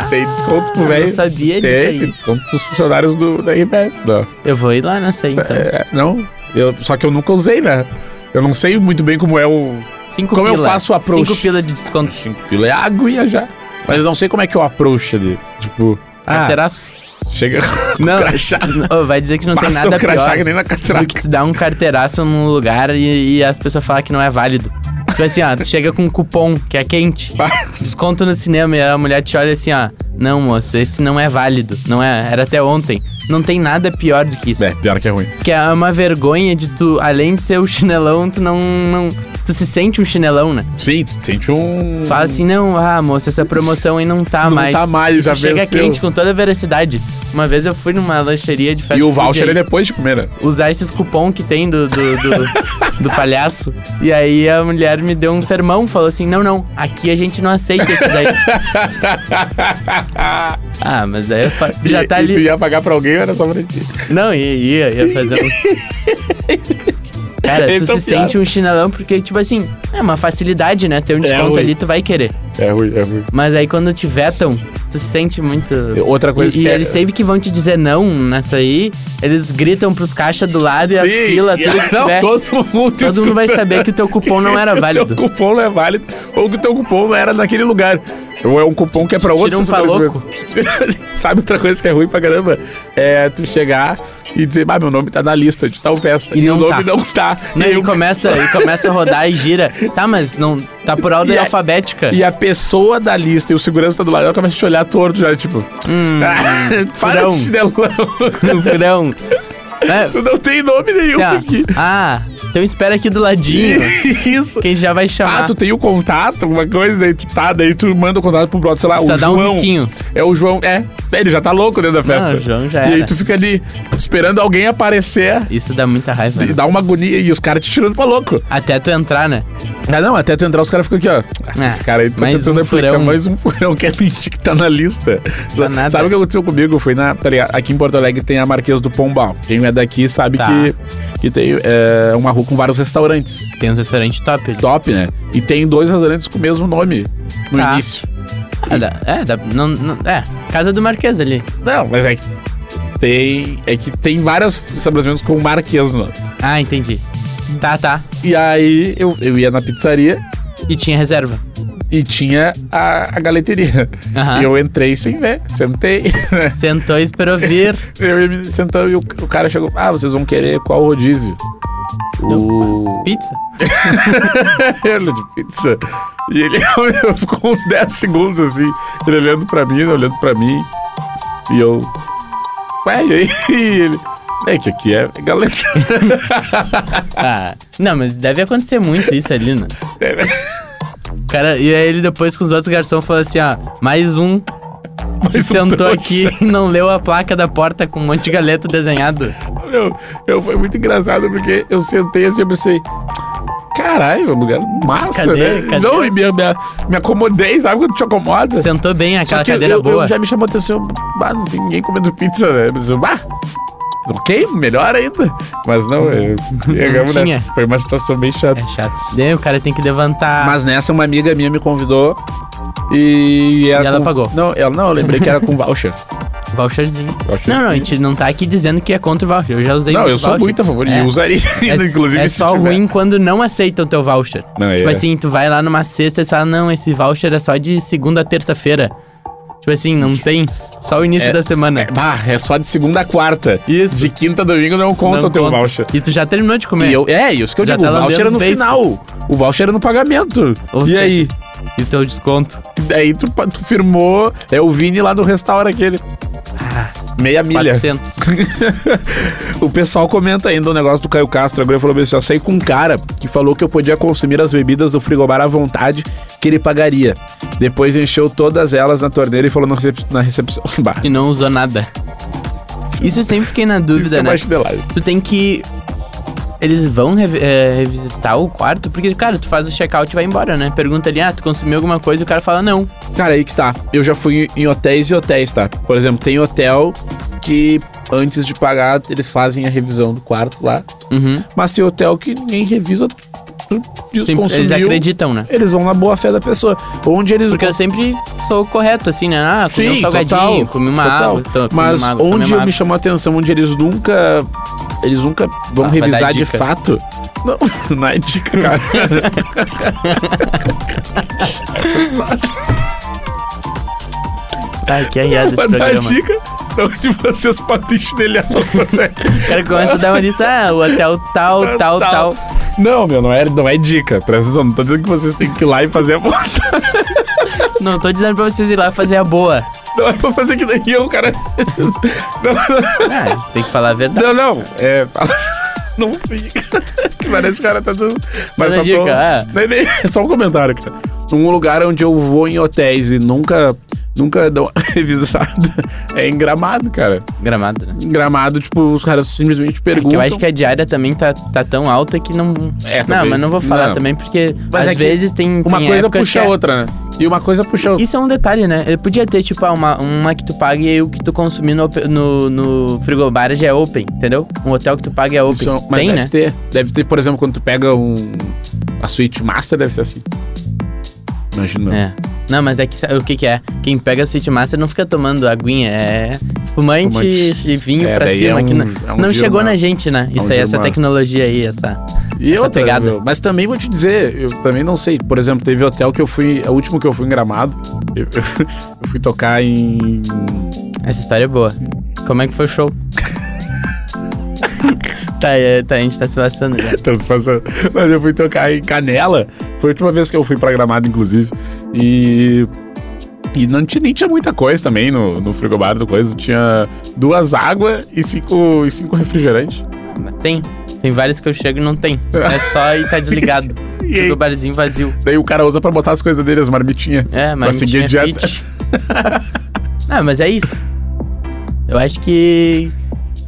B: tem desconto pro velho.
C: Ah, Eu sabia
B: Tem,
C: disso aí.
B: tem desconto pros funcionários do, da RBS, não.
C: Eu vou ir lá nessa aí, então.
B: É, não, eu, só que eu nunca usei, né? Eu não sei muito bem como é o.
C: Cinco
B: Como eu
C: pila.
B: faço o approach?
C: Cinco pila de desconto.
B: Pila é a aguinha já. Mas eu não sei como é que é o approach ali. Tipo, ah,
C: Carteiraço.
B: chega
C: Não.
B: crachá.
C: Ô, vai dizer que não tem
B: passa
C: nada
B: o crachá que
C: pior
B: nem na
C: do
B: catraca.
C: que tu dar um carteiraço num lugar e, e as pessoas falam que não é válido. Tipo assim, ó, tu chega com um cupom que é quente. Desconto no cinema e a mulher te olha assim, ó. Não, moço, esse não é válido. Não é, era até ontem. Não tem nada pior do que isso.
B: É, pior que é ruim.
C: Porque é uma vergonha de tu, além de ser o chinelão, tu não. não- tu se sente um chinelão, né?
B: Sim, tu sente um.
C: Tu Fala assim, não, ah, moço, essa promoção aí não tá
B: não
C: mais.
B: tá mais, já
C: Chega
B: venceu.
C: quente com toda a veracidade. Uma vez eu fui numa lancheria de fast
B: E o
C: food
B: voucher
C: aí
B: é depois de comer, né?
C: usar esses cupom que tem do, do, do, do palhaço. E aí a mulher me deu um sermão, falou assim: não, não, aqui a gente não aceita esses aí. ah, mas aí eu fa- já
B: E-
C: tá
B: e
C: ali. assim.
B: tu ia pagar pra alguém, era só pra ti.
C: Não, ia, ia, ia fazer um. Cara,
B: Eles
C: tu
B: são
C: se
B: Então piada. É
C: sente um chinelão porque, tipo assim, é uma facilidade, né? Ter um desconto
B: ruim.
C: ali, tu vai querer.
B: É ruim, é ruim.
C: Mas aí quando te vetam, tu se sente muito.
B: Outra coisa
C: E, e
B: que é-
C: eles sempre que vão te dizer não nessa aí, eles gritam pros caixas do lado e as
B: Sim,
C: filas, tudo que
B: não,
C: tiver.
B: todo mundo
C: Todo mundo vai saber que o teu cupom não era válido.
B: O teu cupom não é válido ou que o teu cupom não era naquele lugar. Ou é um cupom que é pra
C: Tira
B: outro
C: um
B: estabelecimento. Sabe outra coisa que é ruim pra caramba? É tu chegar e dizer, ah, meu nome tá na lista de tal festa.
C: E não
B: o nome
C: tá.
B: não tá.
C: Né,
B: E
C: ele,
B: o-
C: começa, ele começa a rodar e gira. Tá, mas não. Tá por ordem
B: E a-
C: alfabética.
B: E a pessoa da lista e o segurança tá do lado, ela começa a te olhar torto já, tipo.
C: Hum,
B: "Ah, para
C: furão.
B: de chinelão.
C: no furão. Né?
B: tu não tem nome nenhum
C: Assim,
B: aqui.
C: ó. Ah, então espera aqui do ladinho.
B: Isso.
C: Quem já vai chamar.
B: Ah, tu tem o contato, alguma coisa, daí tu tá, daí tu manda o contato pro brother, sei lá,
C: Só
B: o
C: dá um
B: João.
C: risquinho.
B: é o João, é, ele já tá louco dentro da festa.
C: o João já
B: E aí
C: era.
B: tu fica ali esperando alguém aparecer
C: Isso dá muita raiva.
B: e
C: né?
B: dá uma agonia e os caras te tirando pra louco.
C: Até tu entrar, né?
B: Ah, não, até tu entrar os caras ficam aqui, ó. Ah,
C: Ah,
B: Esse cara aí tá
C: mais
B: tentando
C: um
B: aplicar
C: furão.
B: mais um furão que é mentir que tá na lista.
C: Tá nada.
B: Sabe o que aconteceu comigo? Eu fui na. Tá ligado? Aqui em Porto Alegre tem a Marquês do Pombal. Quem é daqui sabe
C: Tá.
B: que, que tem é, uma rua com vários restaurantes.
C: Tem uns restaurantes top. ali.
B: top, né? E tem dois restaurantes com o mesmo nome no
C: Tá.
B: início.
C: Ah, dá- é, dá- não- não- é, casa do Marquês ali.
B: Não, mas é que tem. É que tem vários estabelecimentos com marquês no nome.
C: Ah, entendi. Tá, tá.
B: E aí eu, eu ia na pizzaria
C: E tinha reserva.
B: e tinha a, a galeteria.
C: Aham.
B: E eu entrei sem ver, sentei.
C: Sentou e esperou vir.
B: eu ia me sentando e o, o cara chegou. Ah, vocês vão querer qual rodízio? O
C: Pizza?
B: ele de pizza. E ele ficou uns 10 segundos assim, ele olhando pra mim, ele olhando pra mim. E eu. Ué, e aí? E ele. É que aqui é galera.
C: Ah, não, mas deve acontecer muito isso ali, né? Cara, e aí ele depois com os outros garçons falou assim, ó, mais um que
B: Mas um
C: sentou
B: trouxa.
C: aqui e não leu a placa da porta com um monte de galeto desenhado.
B: Meu, eu, foi muito engraçado porque eu sentei assim e pensei. Caralho, meu lugar massa, né?
C: Cadê? Cadê
B: Não, e
C: esse?
B: me, me, me acomodei, sabe quando te acomoda?
C: Sentou bem aquela
B: Só que
C: cadeira
B: eu,
C: boa.
B: eu já me chamou a atenção. Ah, não tem ninguém comendo pizza, né? Mas eu, ah, ok, melhor ainda. Mas não, eu, chegamos
C: Tinha.
B: nessa. Foi uma situação bem chata.
C: É Ah. chato. Daí o cara tem que levantar.
B: Mas nessa, uma amiga minha me convidou e era
C: E ela
B: com-
C: pagou.
B: Não, ela, não, eu lembrei que era com voucher.
C: Voucherzinho.
B: Voucherzinho.
C: Não, não, a gente não tá aqui dizendo que é contra o voucher. Eu já usei
B: não, eu sou
C: voucher.
B: muito a favor de
C: É.
B: usaria ainda,
C: É-
B: inclusive.
C: É
B: se
C: só
B: tiver.
C: ruim quando não aceitam teu voucher.
B: Não, é.
C: tipo assim, tu vai lá numa sexta e fala, não, esse voucher é só de segunda a terça-feira. Tipo assim, não tem. Só o início
B: É-
C: da semana.
B: É, bah, é só de segunda a quarta.
C: Isso.
B: De quinta a domingo não conta
C: Não
B: o teu
C: conta.
B: voucher.
C: E tu já terminou de comer.
B: E eu, é, isso que eu
C: Já
B: digo,
C: tá
B: o
C: lambendo
B: voucher era
C: os
B: no
C: beiços.
B: final. O voucher era no pagamento.
C: Ou
B: e
C: seja,
B: aí?
C: E teu desconto.
B: Daí tu, pa- tu firmou, é o Vini lá do restaurante aquele.
C: Ah,
B: Meia milha.
C: 400.
B: o pessoal comenta ainda o negócio do Caio Castro. Agora ele falou assim: eu saí com um cara que falou que eu podia consumir as bebidas do frigobar à vontade, que ele pagaria. Depois encheu todas elas na torneira e falou na, recep- na recepção. Bah,
C: E não usou nada. Isso eu sempre fiquei na dúvida,
B: isso é
C: né?
B: uma chinelagem.
C: tu tem que. Eles vão revi- é, revisitar o quarto, porque, cara, tu faz o check-out e vai embora, né? Pergunta ali, ah, tu consumiu alguma coisa? E o cara fala, não.
B: Cara, aí que tá. Eu já fui em hotéis e hotéis, tá? Por exemplo, tem hotel que antes de pagar eles fazem a revisão do quarto lá.
C: Uhum.
B: Mas tem hotel que nem revisa. tu- Tu
C: Sim, eles
B: desconsumiu.
C: acreditam, né?
B: Eles vão na boa fé da pessoa. Onde eles
C: Porque eu sempre sou correto, assim, né? Ah, comi um salgadinho, comi uma
B: total.
C: água. tô- comi
B: Mas
C: uma água, tomei
B: onde
C: uma
B: eu me
C: água.
B: chamou a atenção, onde eles nunca. Eles nunca vão
C: Ah, vai dar
B: revisar de
C: dica.
B: fato. Não, não é dica, cara.
C: Ai, que arriado esse
B: Vai dar
C: programa.
B: dica. Então, onde vocês podem chinelhar nosso hotel.
C: O cara começa a dar uma lista, ah, o hotel tal, tal, tal.
B: Não, meu, não é, não é dica. Presta atenção, não tô dizendo que vocês têm que ir lá e fazer a volta.
C: Não, tô dizendo pra vocês ir lá fazer a boa.
B: Não é pra fazer que nem eu, cara. Não,
C: Ah, tem que falar a verdade.
B: não, não. É. Não sei. Parece que o cara tá dando. Mas
C: Dando
B: só tô...
C: dica, é.
B: Nem- nem- é só um comentário, cara. Um lugar onde eu vou em hotéis e nunca. Nunca dou uma revisada. É em gramado, cara.
C: Gramado, né?
B: Em gramado, tipo, os caras simplesmente perguntam.
C: É Que eu acho que a diária também tá, tá tão alta que não.
B: É,
C: não,
B: também.
C: mas não vou falar
B: Não.
C: também, porque
B: Mas
C: às
B: é que
C: vezes tem.
B: Uma
C: tem
B: coisa
C: épocas
B: puxa
C: que
B: a
C: é-
B: outra, né? E uma coisa puxa a outra.
C: Isso é um detalhe, né? Ele podia ter, tipo, ah, uma, uma que tu paga e aí o que tu consumir no, op- no, no frigobar já é open, entendeu? Um hotel que tu paga é open.
B: Isso é um- mas
C: tem,
B: deve
C: né?
B: ter. Deve ter, por exemplo, quando tu pega um. A suíte master deve ser assim. Imagina.
C: É. Não, mas é que sabe o que, que é? Quem pega a Sweet Master não fica tomando aguinha, é espumante,
B: Espumante.
C: e vinho
B: É,
C: pra
B: daí é
C: cima.
B: um-
C: que não
B: é um
C: não
B: giro,
C: chegou
B: né?
C: na gente, né? Isso aí,
B: giro,
C: essa
B: né?
C: tecnologia aí, essa.
B: E
C: Essa
B: outra,
C: pegada.
B: meu, mas também vou te dizer, eu também não sei. Por exemplo, teve hotel que eu fui. O último que eu fui em Gramado, eu, eu fui tocar em.
C: Essa história é boa. Como é que foi o show? tá, é, tá, a gente tá se passando já.
B: Estamos passando. Então, Mas eu fui tocar em Canela. Foi a última vez que eu fui pra Gramado, inclusive. E. E não tinha, nem tinha muita coisa também no, no frigobar do coisa. Tinha duas águas e cinco, e cinco refrigerantes.
C: Mas Tem. Tem vários que eu chego e não tem. É só e tá desligado.
B: E aí?
C: Fica o barzinho vazio.
B: Daí o cara usa pra botar as coisas dele, as marmitinhas.
C: É, mas
B: Pra seguir
C: não tinha
B: dieta.
C: fit. ah, mas é isso. Eu acho que.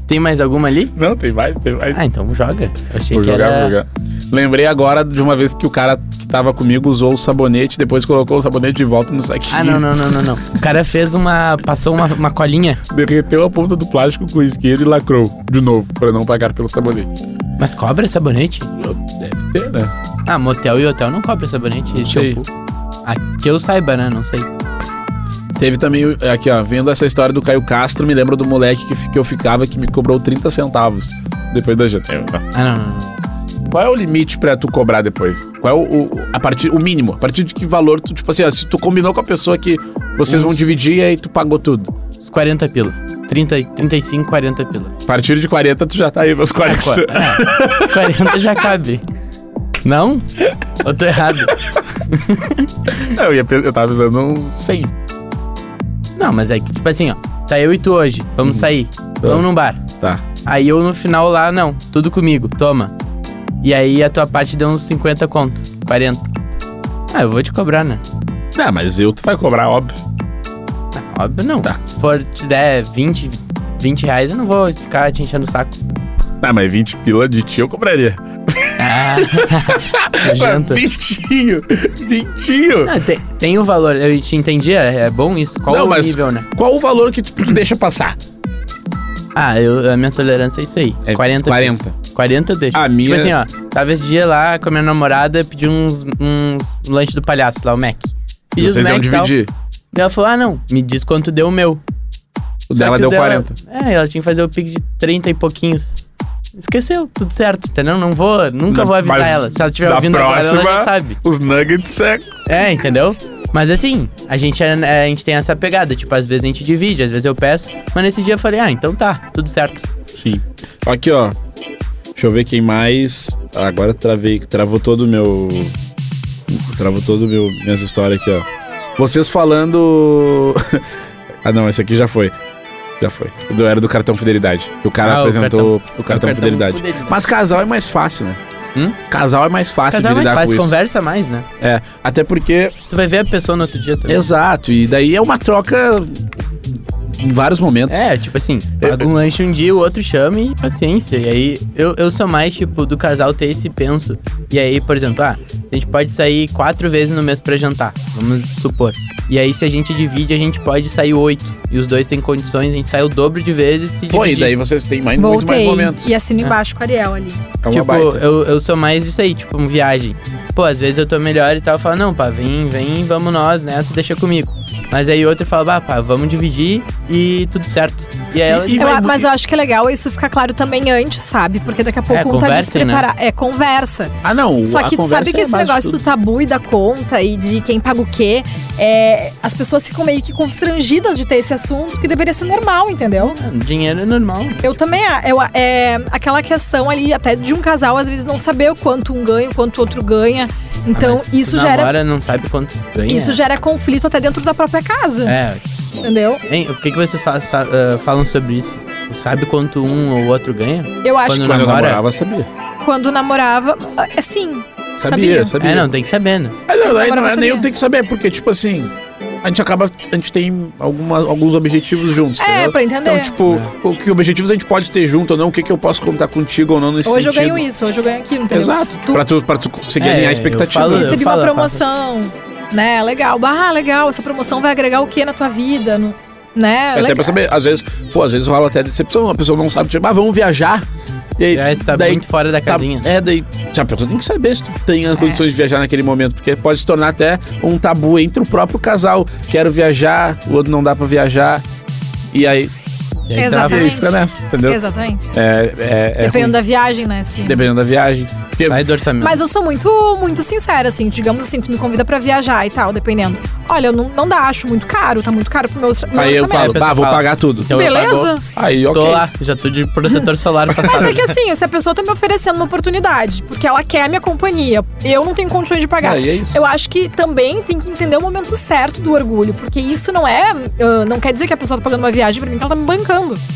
C: Tem mais alguma ali?
B: Não, tem mais, tem mais.
C: Ah, então joga. Eu achei
B: Vou
C: que
B: jogar,
C: era.
B: vou jogar. Lembrei agora de uma vez que o cara que tava comigo usou o sabonete, depois colocou o sabonete de volta no saquinho.
C: Ah, não, não, não, não, não. O cara fez uma. passou uma, uma colinha.
B: Derreteu a ponta do plástico com o isqueiro e lacrou de novo, pra não pagar pelo sabonete.
C: Mas cobra sabonete?
B: Deve ter, né?
C: Ah, motel e hotel não cobra sabonete. e
B: Sei.
C: shampoo. Ah, que eu saiba, né? Não sei.
B: Teve também, o- aqui ó, vendo essa história do Caio Castro, me lembro do moleque que, fi- que eu ficava que me cobrou 30 centavos depois da janta.
C: Ah, não, não, não.
B: Qual é o limite pra tu cobrar depois? Qual é o, o- a partir, o mínimo? A partir de que valor tu, tipo assim, ó, se tu combinou com a pessoa que vocês vão dividir e aí tu pagou tudo.
C: Uns 40 pila. 30, e- 35, 40 pila.
B: A partir de 40 tu já tá aí, meus 40.
C: Qua- é, 40 já cabe. Não? Eu tô errado.
B: eu, ia, pe- eu tava pensando uns 100.
C: Não, mas é que, tipo assim, ó. Tá eu e tu hoje. Vamos sair. Vamos num bar.
B: Tá.
C: Aí eu no final lá, não. Tudo comigo. Toma. E aí a tua parte deu uns 50 conto. 40. Ah, eu vou te cobrar, né?
B: Ah, mas eu tu vai cobrar, óbvio.
C: Óbvio não.
B: Tá.
C: Se for te der 20, 20 reais, eu não vou ficar te enchendo o saco.
B: Ah, mas 20 pila de ti eu cobraria.
C: Ah, É janta.
B: Vintinho! Vintinho!
C: Ah, tem, tem o valor, eu te entendi, é, é bom isso. Qual
B: Não,
C: o
B: mas-
C: nível, né?
B: Qual o valor que tu, tu deixa passar?
C: Ah, eu, a minha tolerância é isso aí. 40.
B: 40.
C: 40 eu deixo.
B: A minha-
C: Tipo assim, ó. Tava esse dia lá com a minha namorada, pedi uns, uns lanche do palhaço lá, o Mac. Pedi
B: E vocês
C: os
B: iam
C: Mac e
B: é
C: tal.
B: dividir.
C: Daí ela falou, ah, não, me diz quanto deu o meu.
B: O
C: Só
B: dela
C: que
B: deu
C: o
B: 40.
C: É, ela tinha que fazer o pix de 30 e pouquinhos. Esqueceu, tudo certo, entendeu? Não vou, nunca
B: Não,
C: vou avisar
B: mas
C: ela. Se ela estiver
B: da
C: ouvindo agora, ela
B: próxima-
C: já sabe.
B: Os nuggets é.
C: É, entendeu? Mas assim, a gente, é- é, a gente tem essa pegada. Tipo, às vezes a gente divide, às vezes eu peço. Mas nesse dia eu falei, ah, então tá, tudo certo.
B: Sim. Aqui, ó. Deixa eu ver quem mais. Ah, Agora travei, travou todo o meu. Travou todo o meu minhas histórias aqui, ó. Vocês falando. ah, não, esse aqui já foi. Já foi. Do, era do cartão fidelidade. Que o cara
C: Ah, o
B: apresentou o cartão,
C: cartão
B: fidelidade.
C: fidelidade.
B: Mas casal é mais fácil, né?
C: Hum?
B: Casal é mais fácil
C: Casal é
B: de
C: mais
B: lidar
C: fácil,
B: com isso.
C: conversa mais, né?
B: É, até porque
C: Tu vai ver a pessoa no outro dia também.
B: Exato, e daí é uma troca em vários momentos.
C: É, tipo assim, paga um lanche um dia, o outro chama e paciência. E aí, eu, eu sou mais, tipo, do casal ter esse penso. E aí, por exemplo, ah, a gente pode sair quatro vezes no mês pra jantar, vamos supor. E aí, se a gente divide, a gente pode sair oito. E os dois têm condições, a gente sai o dobro de vezes se
B: Pô, e
C: dividir.
B: daí é vocês têm mais, muito mais
D: Voltei.
B: momentos.
D: E assino
C: É.
D: embaixo com o Ariel ali.
B: É uma
C: tipo,
B: baita.
C: eu, eu sou mais disso aí, tipo, uma viagem. Pô, às vezes eu tô melhor e tal, eu falo, não, pá, vem, vem, vamos nós nessa, deixa comigo. Mas aí outro fala, ah, pá, vamos dividir e tudo certo. E aí ela...
B: E- e-
D: Eu
B: vai
D: a-
B: mu-
D: mas eu acho que é legal isso ficar claro também antes, sabe? Porque daqui a
B: É,
D: pouco um tá
C: conversem, né?
D: despreparado. É conversa.
B: Ah, não.
D: Só
B: a
D: que tu
B: conversa
D: sabe que
B: é
D: esse
B: base de
D: negócio do
B: tudo.
D: tabu e da conta e de quem paga o quê, é, as pessoas ficam meio que constrangidas de ter esse assunto, que deveria ser normal, entendeu?
C: Dinheiro é normal.
D: Eu também. a- Eu, é aquela questão ali, até de um casal, às vezes, não saber o quanto um ganha, o quanto o outro ganha. Então,
C: Mas
D: isso
C: tu
D: gera.
C: Namora, não sabe quanto ganha.
B: é.
D: Isso gera conflito até dentro da própria casa.
C: É.
D: Entendeu?
C: Hein, o que, que vocês fa- sa- ah, falam sobre isso? Tu sabe quanto um ou outro ganha?
D: Eu acho
C: Quando
B: Quando eu
C: namora-
B: namorava, sabia.
D: que quando namorava. É sim.
B: Sabia, sabia.
D: Sabia.
C: É, não, tem que saber, né?
B: Ah, não, não,
D: Namorava,
B: não é nem
D: sabia.
B: eu tenho que saber, porque, tipo assim, a gente acaba. A gente tem alguma, alguns objetivos juntos.
D: É,
B: entendeu?
D: pra entender.
B: Então, tipo, o que objetivos a gente pode ter junto ou não, o que, que eu posso contar contigo ou não nesse
D: hoje eu
B: sentido.
D: ganho isso, hoje eu ganho aquilo, entendeu?
B: Exato.
D: Tu- é
B: Pra, tu, pra tu conseguir
C: É,
B: alinhar a
C: eu
B: expectativa.
C: falo-
D: Recebi
C: falo,
D: uma
C: eu falo.
D: promoção, né? Legal. Ah, legal. Essa promoção vai agregar o que na tua vida? No, né?
B: É, até
D: legal.
B: pra saber, às vezes, pô, às vezes rola até decepção, a pessoa não sabe, tipo, ah, vamos viajar. E aí,
C: E aí tu tá
B: daí,
C: muito fora da
B: tá-
C: casinha.
B: é, daí, já a pessoa tem que saber se tu tem as condições de viajar naquele momento, porque pode se tornar até um tabu entre o próprio casal. Quero viajar, o outro não dá pra viajar. E aí,
C: E aí
B: e
D: Exatamente.
B: aí fica nessa, entendeu?
D: Exatamente.
B: É, é, é
D: Dependendo
B: ruim,
D: da viagem, né? Sim.
B: dependendo da viagem. Porque-
C: trava, Vai do orçamento.
D: Mas eu sou muito, muito sincera, assim. Digamos assim, tu me convida pra viajar e tal, dependendo. Olha, eu não, não dá, acho muito caro, tá muito caro pro meu, meu
B: aí eu
D: orçamento.
B: falo,
C: a pessoa
B: bah, vou
C: fala,
B: pagar tudo.
C: Então eu
D: Beleza.
C: pago-
B: Aí, ok.
C: Tô lá, já tô de protetor solar passado.
D: Mas é que assim, se a pessoa tá me oferecendo uma oportunidade, porque ela quer a minha companhia, eu não tenho condições de pagar.
B: Aí é isso.
D: Eu acho que também tem que entender o momento certo do orgulho, porque isso não é. ah, não quer dizer que a pessoa tá pagando uma viagem pra mim, que ela tá me bancando.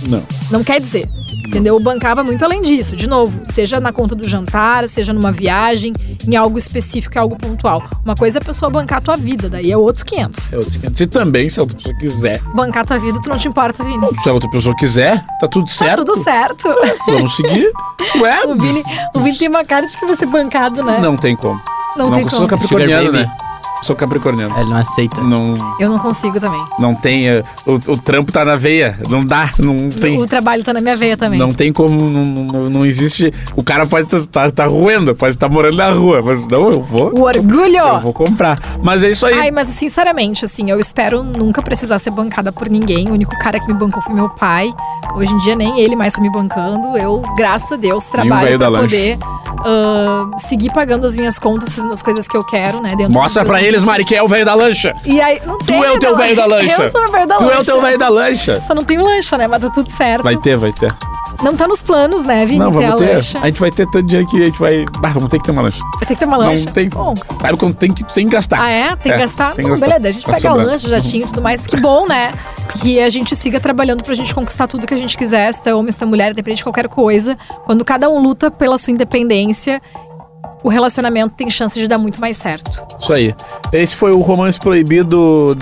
B: Não.
D: Não quer dizer. Entendeu? O bancar vai muito além disso. De novo, seja na conta do jantar, seja numa viagem, em algo específico, em algo pontual. Uma coisa é a pessoa bancar a tua vida, daí é outros 500.
B: É outros 500. E também, se a outra pessoa quiser.
D: Bancar a tua vida, tu não te importa, Vini.
B: Se a outra pessoa quiser, tá tudo
D: Tá
B: certo.
D: tudo certo.
B: Vamos seguir. Ué?
D: O Vini, o Vini tem uma cara de que vai ser bancado, né?
B: Não tem como.
D: Não tem
B: consigo
D: como.
B: capricorniano,
C: Sugar
B: né?
C: baby.
B: Sou capricorniano.
D: é-
C: É, Ele não aceita.
B: Não,
D: Eu não consigo também.
B: não tem. eh, O, o trampo tá na veia. Não dá. Não tem.
D: O trabalho tá na minha veia também.
B: Não tem como, não, não, não existe. O cara pode estar tá, tá roendo, pode estar morando na rua, mas não, eu vou.
D: O orgulho!
B: Eu vou comprar. Mas é isso aí.
D: Ai, mas sinceramente, assim, eu espero nunca precisar ser bancada por ninguém. O único cara que me bancou foi meu pai. Hoje em dia nem ele mais tá me bancando. Eu, graças a Deus, trabalho
B: velho da
D: pra
B: lancha.
D: poder ah, seguir pagando as minhas contas, fazendo as coisas que eu quero, né? dentro
B: Mostra
D: dos meus
B: pra eles,
D: limites.
B: Mari, quem é o velho da lancha.
D: E aí, não
B: Tu é o teu velho da lancha.
D: Eu sou o velho da
B: Tu
D: lancha.
B: é o teu velho da lancha.
D: Só não tenho lancha, né? Mas tá tudo certo.
B: Vai ter, vai ter.
D: Não tá nos planos, né, Vini?
B: Não,
D: ter a
B: vamos ter.
D: lancha.
B: A gente vai ter tanto dinheiro que a gente vai. Bah, vamos ter que ter uma lancha.
D: Vai ter que ter uma lancha.
B: Não tem.
D: Bom,
B: Sabe quando tem que, tem que gastar.
D: Ah, é? Tem que
B: É,
D: gastar?
B: tem que
D: Bom,
B: gastar.
D: beleza, a gente
B: Tá
D: pega o
B: sobrando.
D: lanche, jatinho e tudo mais. Que bom, né? Que a gente siga trabalhando pra gente conquistar tudo que a gente quiser, se tu é homem, se tu é mulher, independente de qualquer coisa. Quando cada um luta pela sua independência, o relacionamento tem chance de dar muito mais certo.
B: Isso aí. Esse foi o Romance Proibido.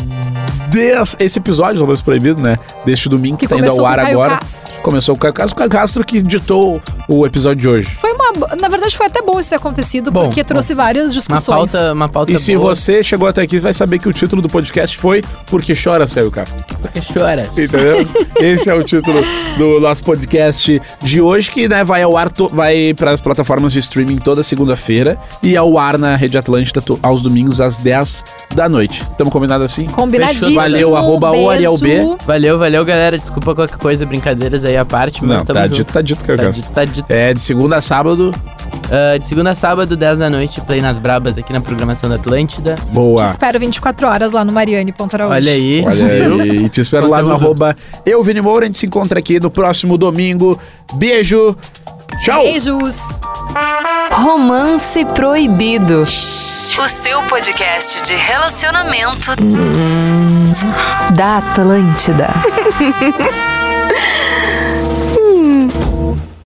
B: Des... Esse episódio, Romance Proibido, né? Deste domingo que,
D: Que
B: tá indo
D: começou
B: ao
D: com o
B: ar
D: Caio
B: agora.
D: Castro.
B: Começou o Caio Castro. O Caio Castro que ditou o episódio de hoje.
D: Foi uma. bo- Na verdade, foi até bom isso ter acontecido,
C: Bom,
D: porque trouxe várias
C: Uma
D: discussões.
C: pauta, uma pauta
B: e se
C: boa.
B: você chegou até aqui, vai saber que o título do podcast foi Porque Choras, Caio Castro.
C: Porque choras.
B: Entendeu? Esse é o título do nosso podcast de hoje, que né, vai ao ar, to- vai para as plataformas de streaming toda segunda-feira e ao ar na Rede Atlântida to- aos domingos às 10 da noite. Estamos combinado assim?
D: Combinadíssimo.
B: Valeu, arroba o Ariel B.
D: Um beijo.
C: Valeu, valeu, galera. Desculpa qualquer coisa, brincadeiras aí à parte, mas
B: Não,
C: tamo
B: tá
C: junto.
B: dito, tá dito, Caio
C: Tá
B: Castro.
C: dito, tá dito.
B: É, de segunda a sábado.
C: Ah, de segunda a sábado, 10 da noite, Play nas Brabas aqui na programação da Atlântida.
D: Te
B: Boa.
D: espero 24 horas lá no Mariane.araújo.
C: Olha aí.
B: Tá. Olha aí, e te espero lá no
C: Conteúdo.
B: arroba eu, Vini Moura. A gente se encontra aqui no próximo domingo. Beijo. Tchau.
D: Beijos.
A: Romance Proibido. O seu podcast de relacionamento da Atlântida.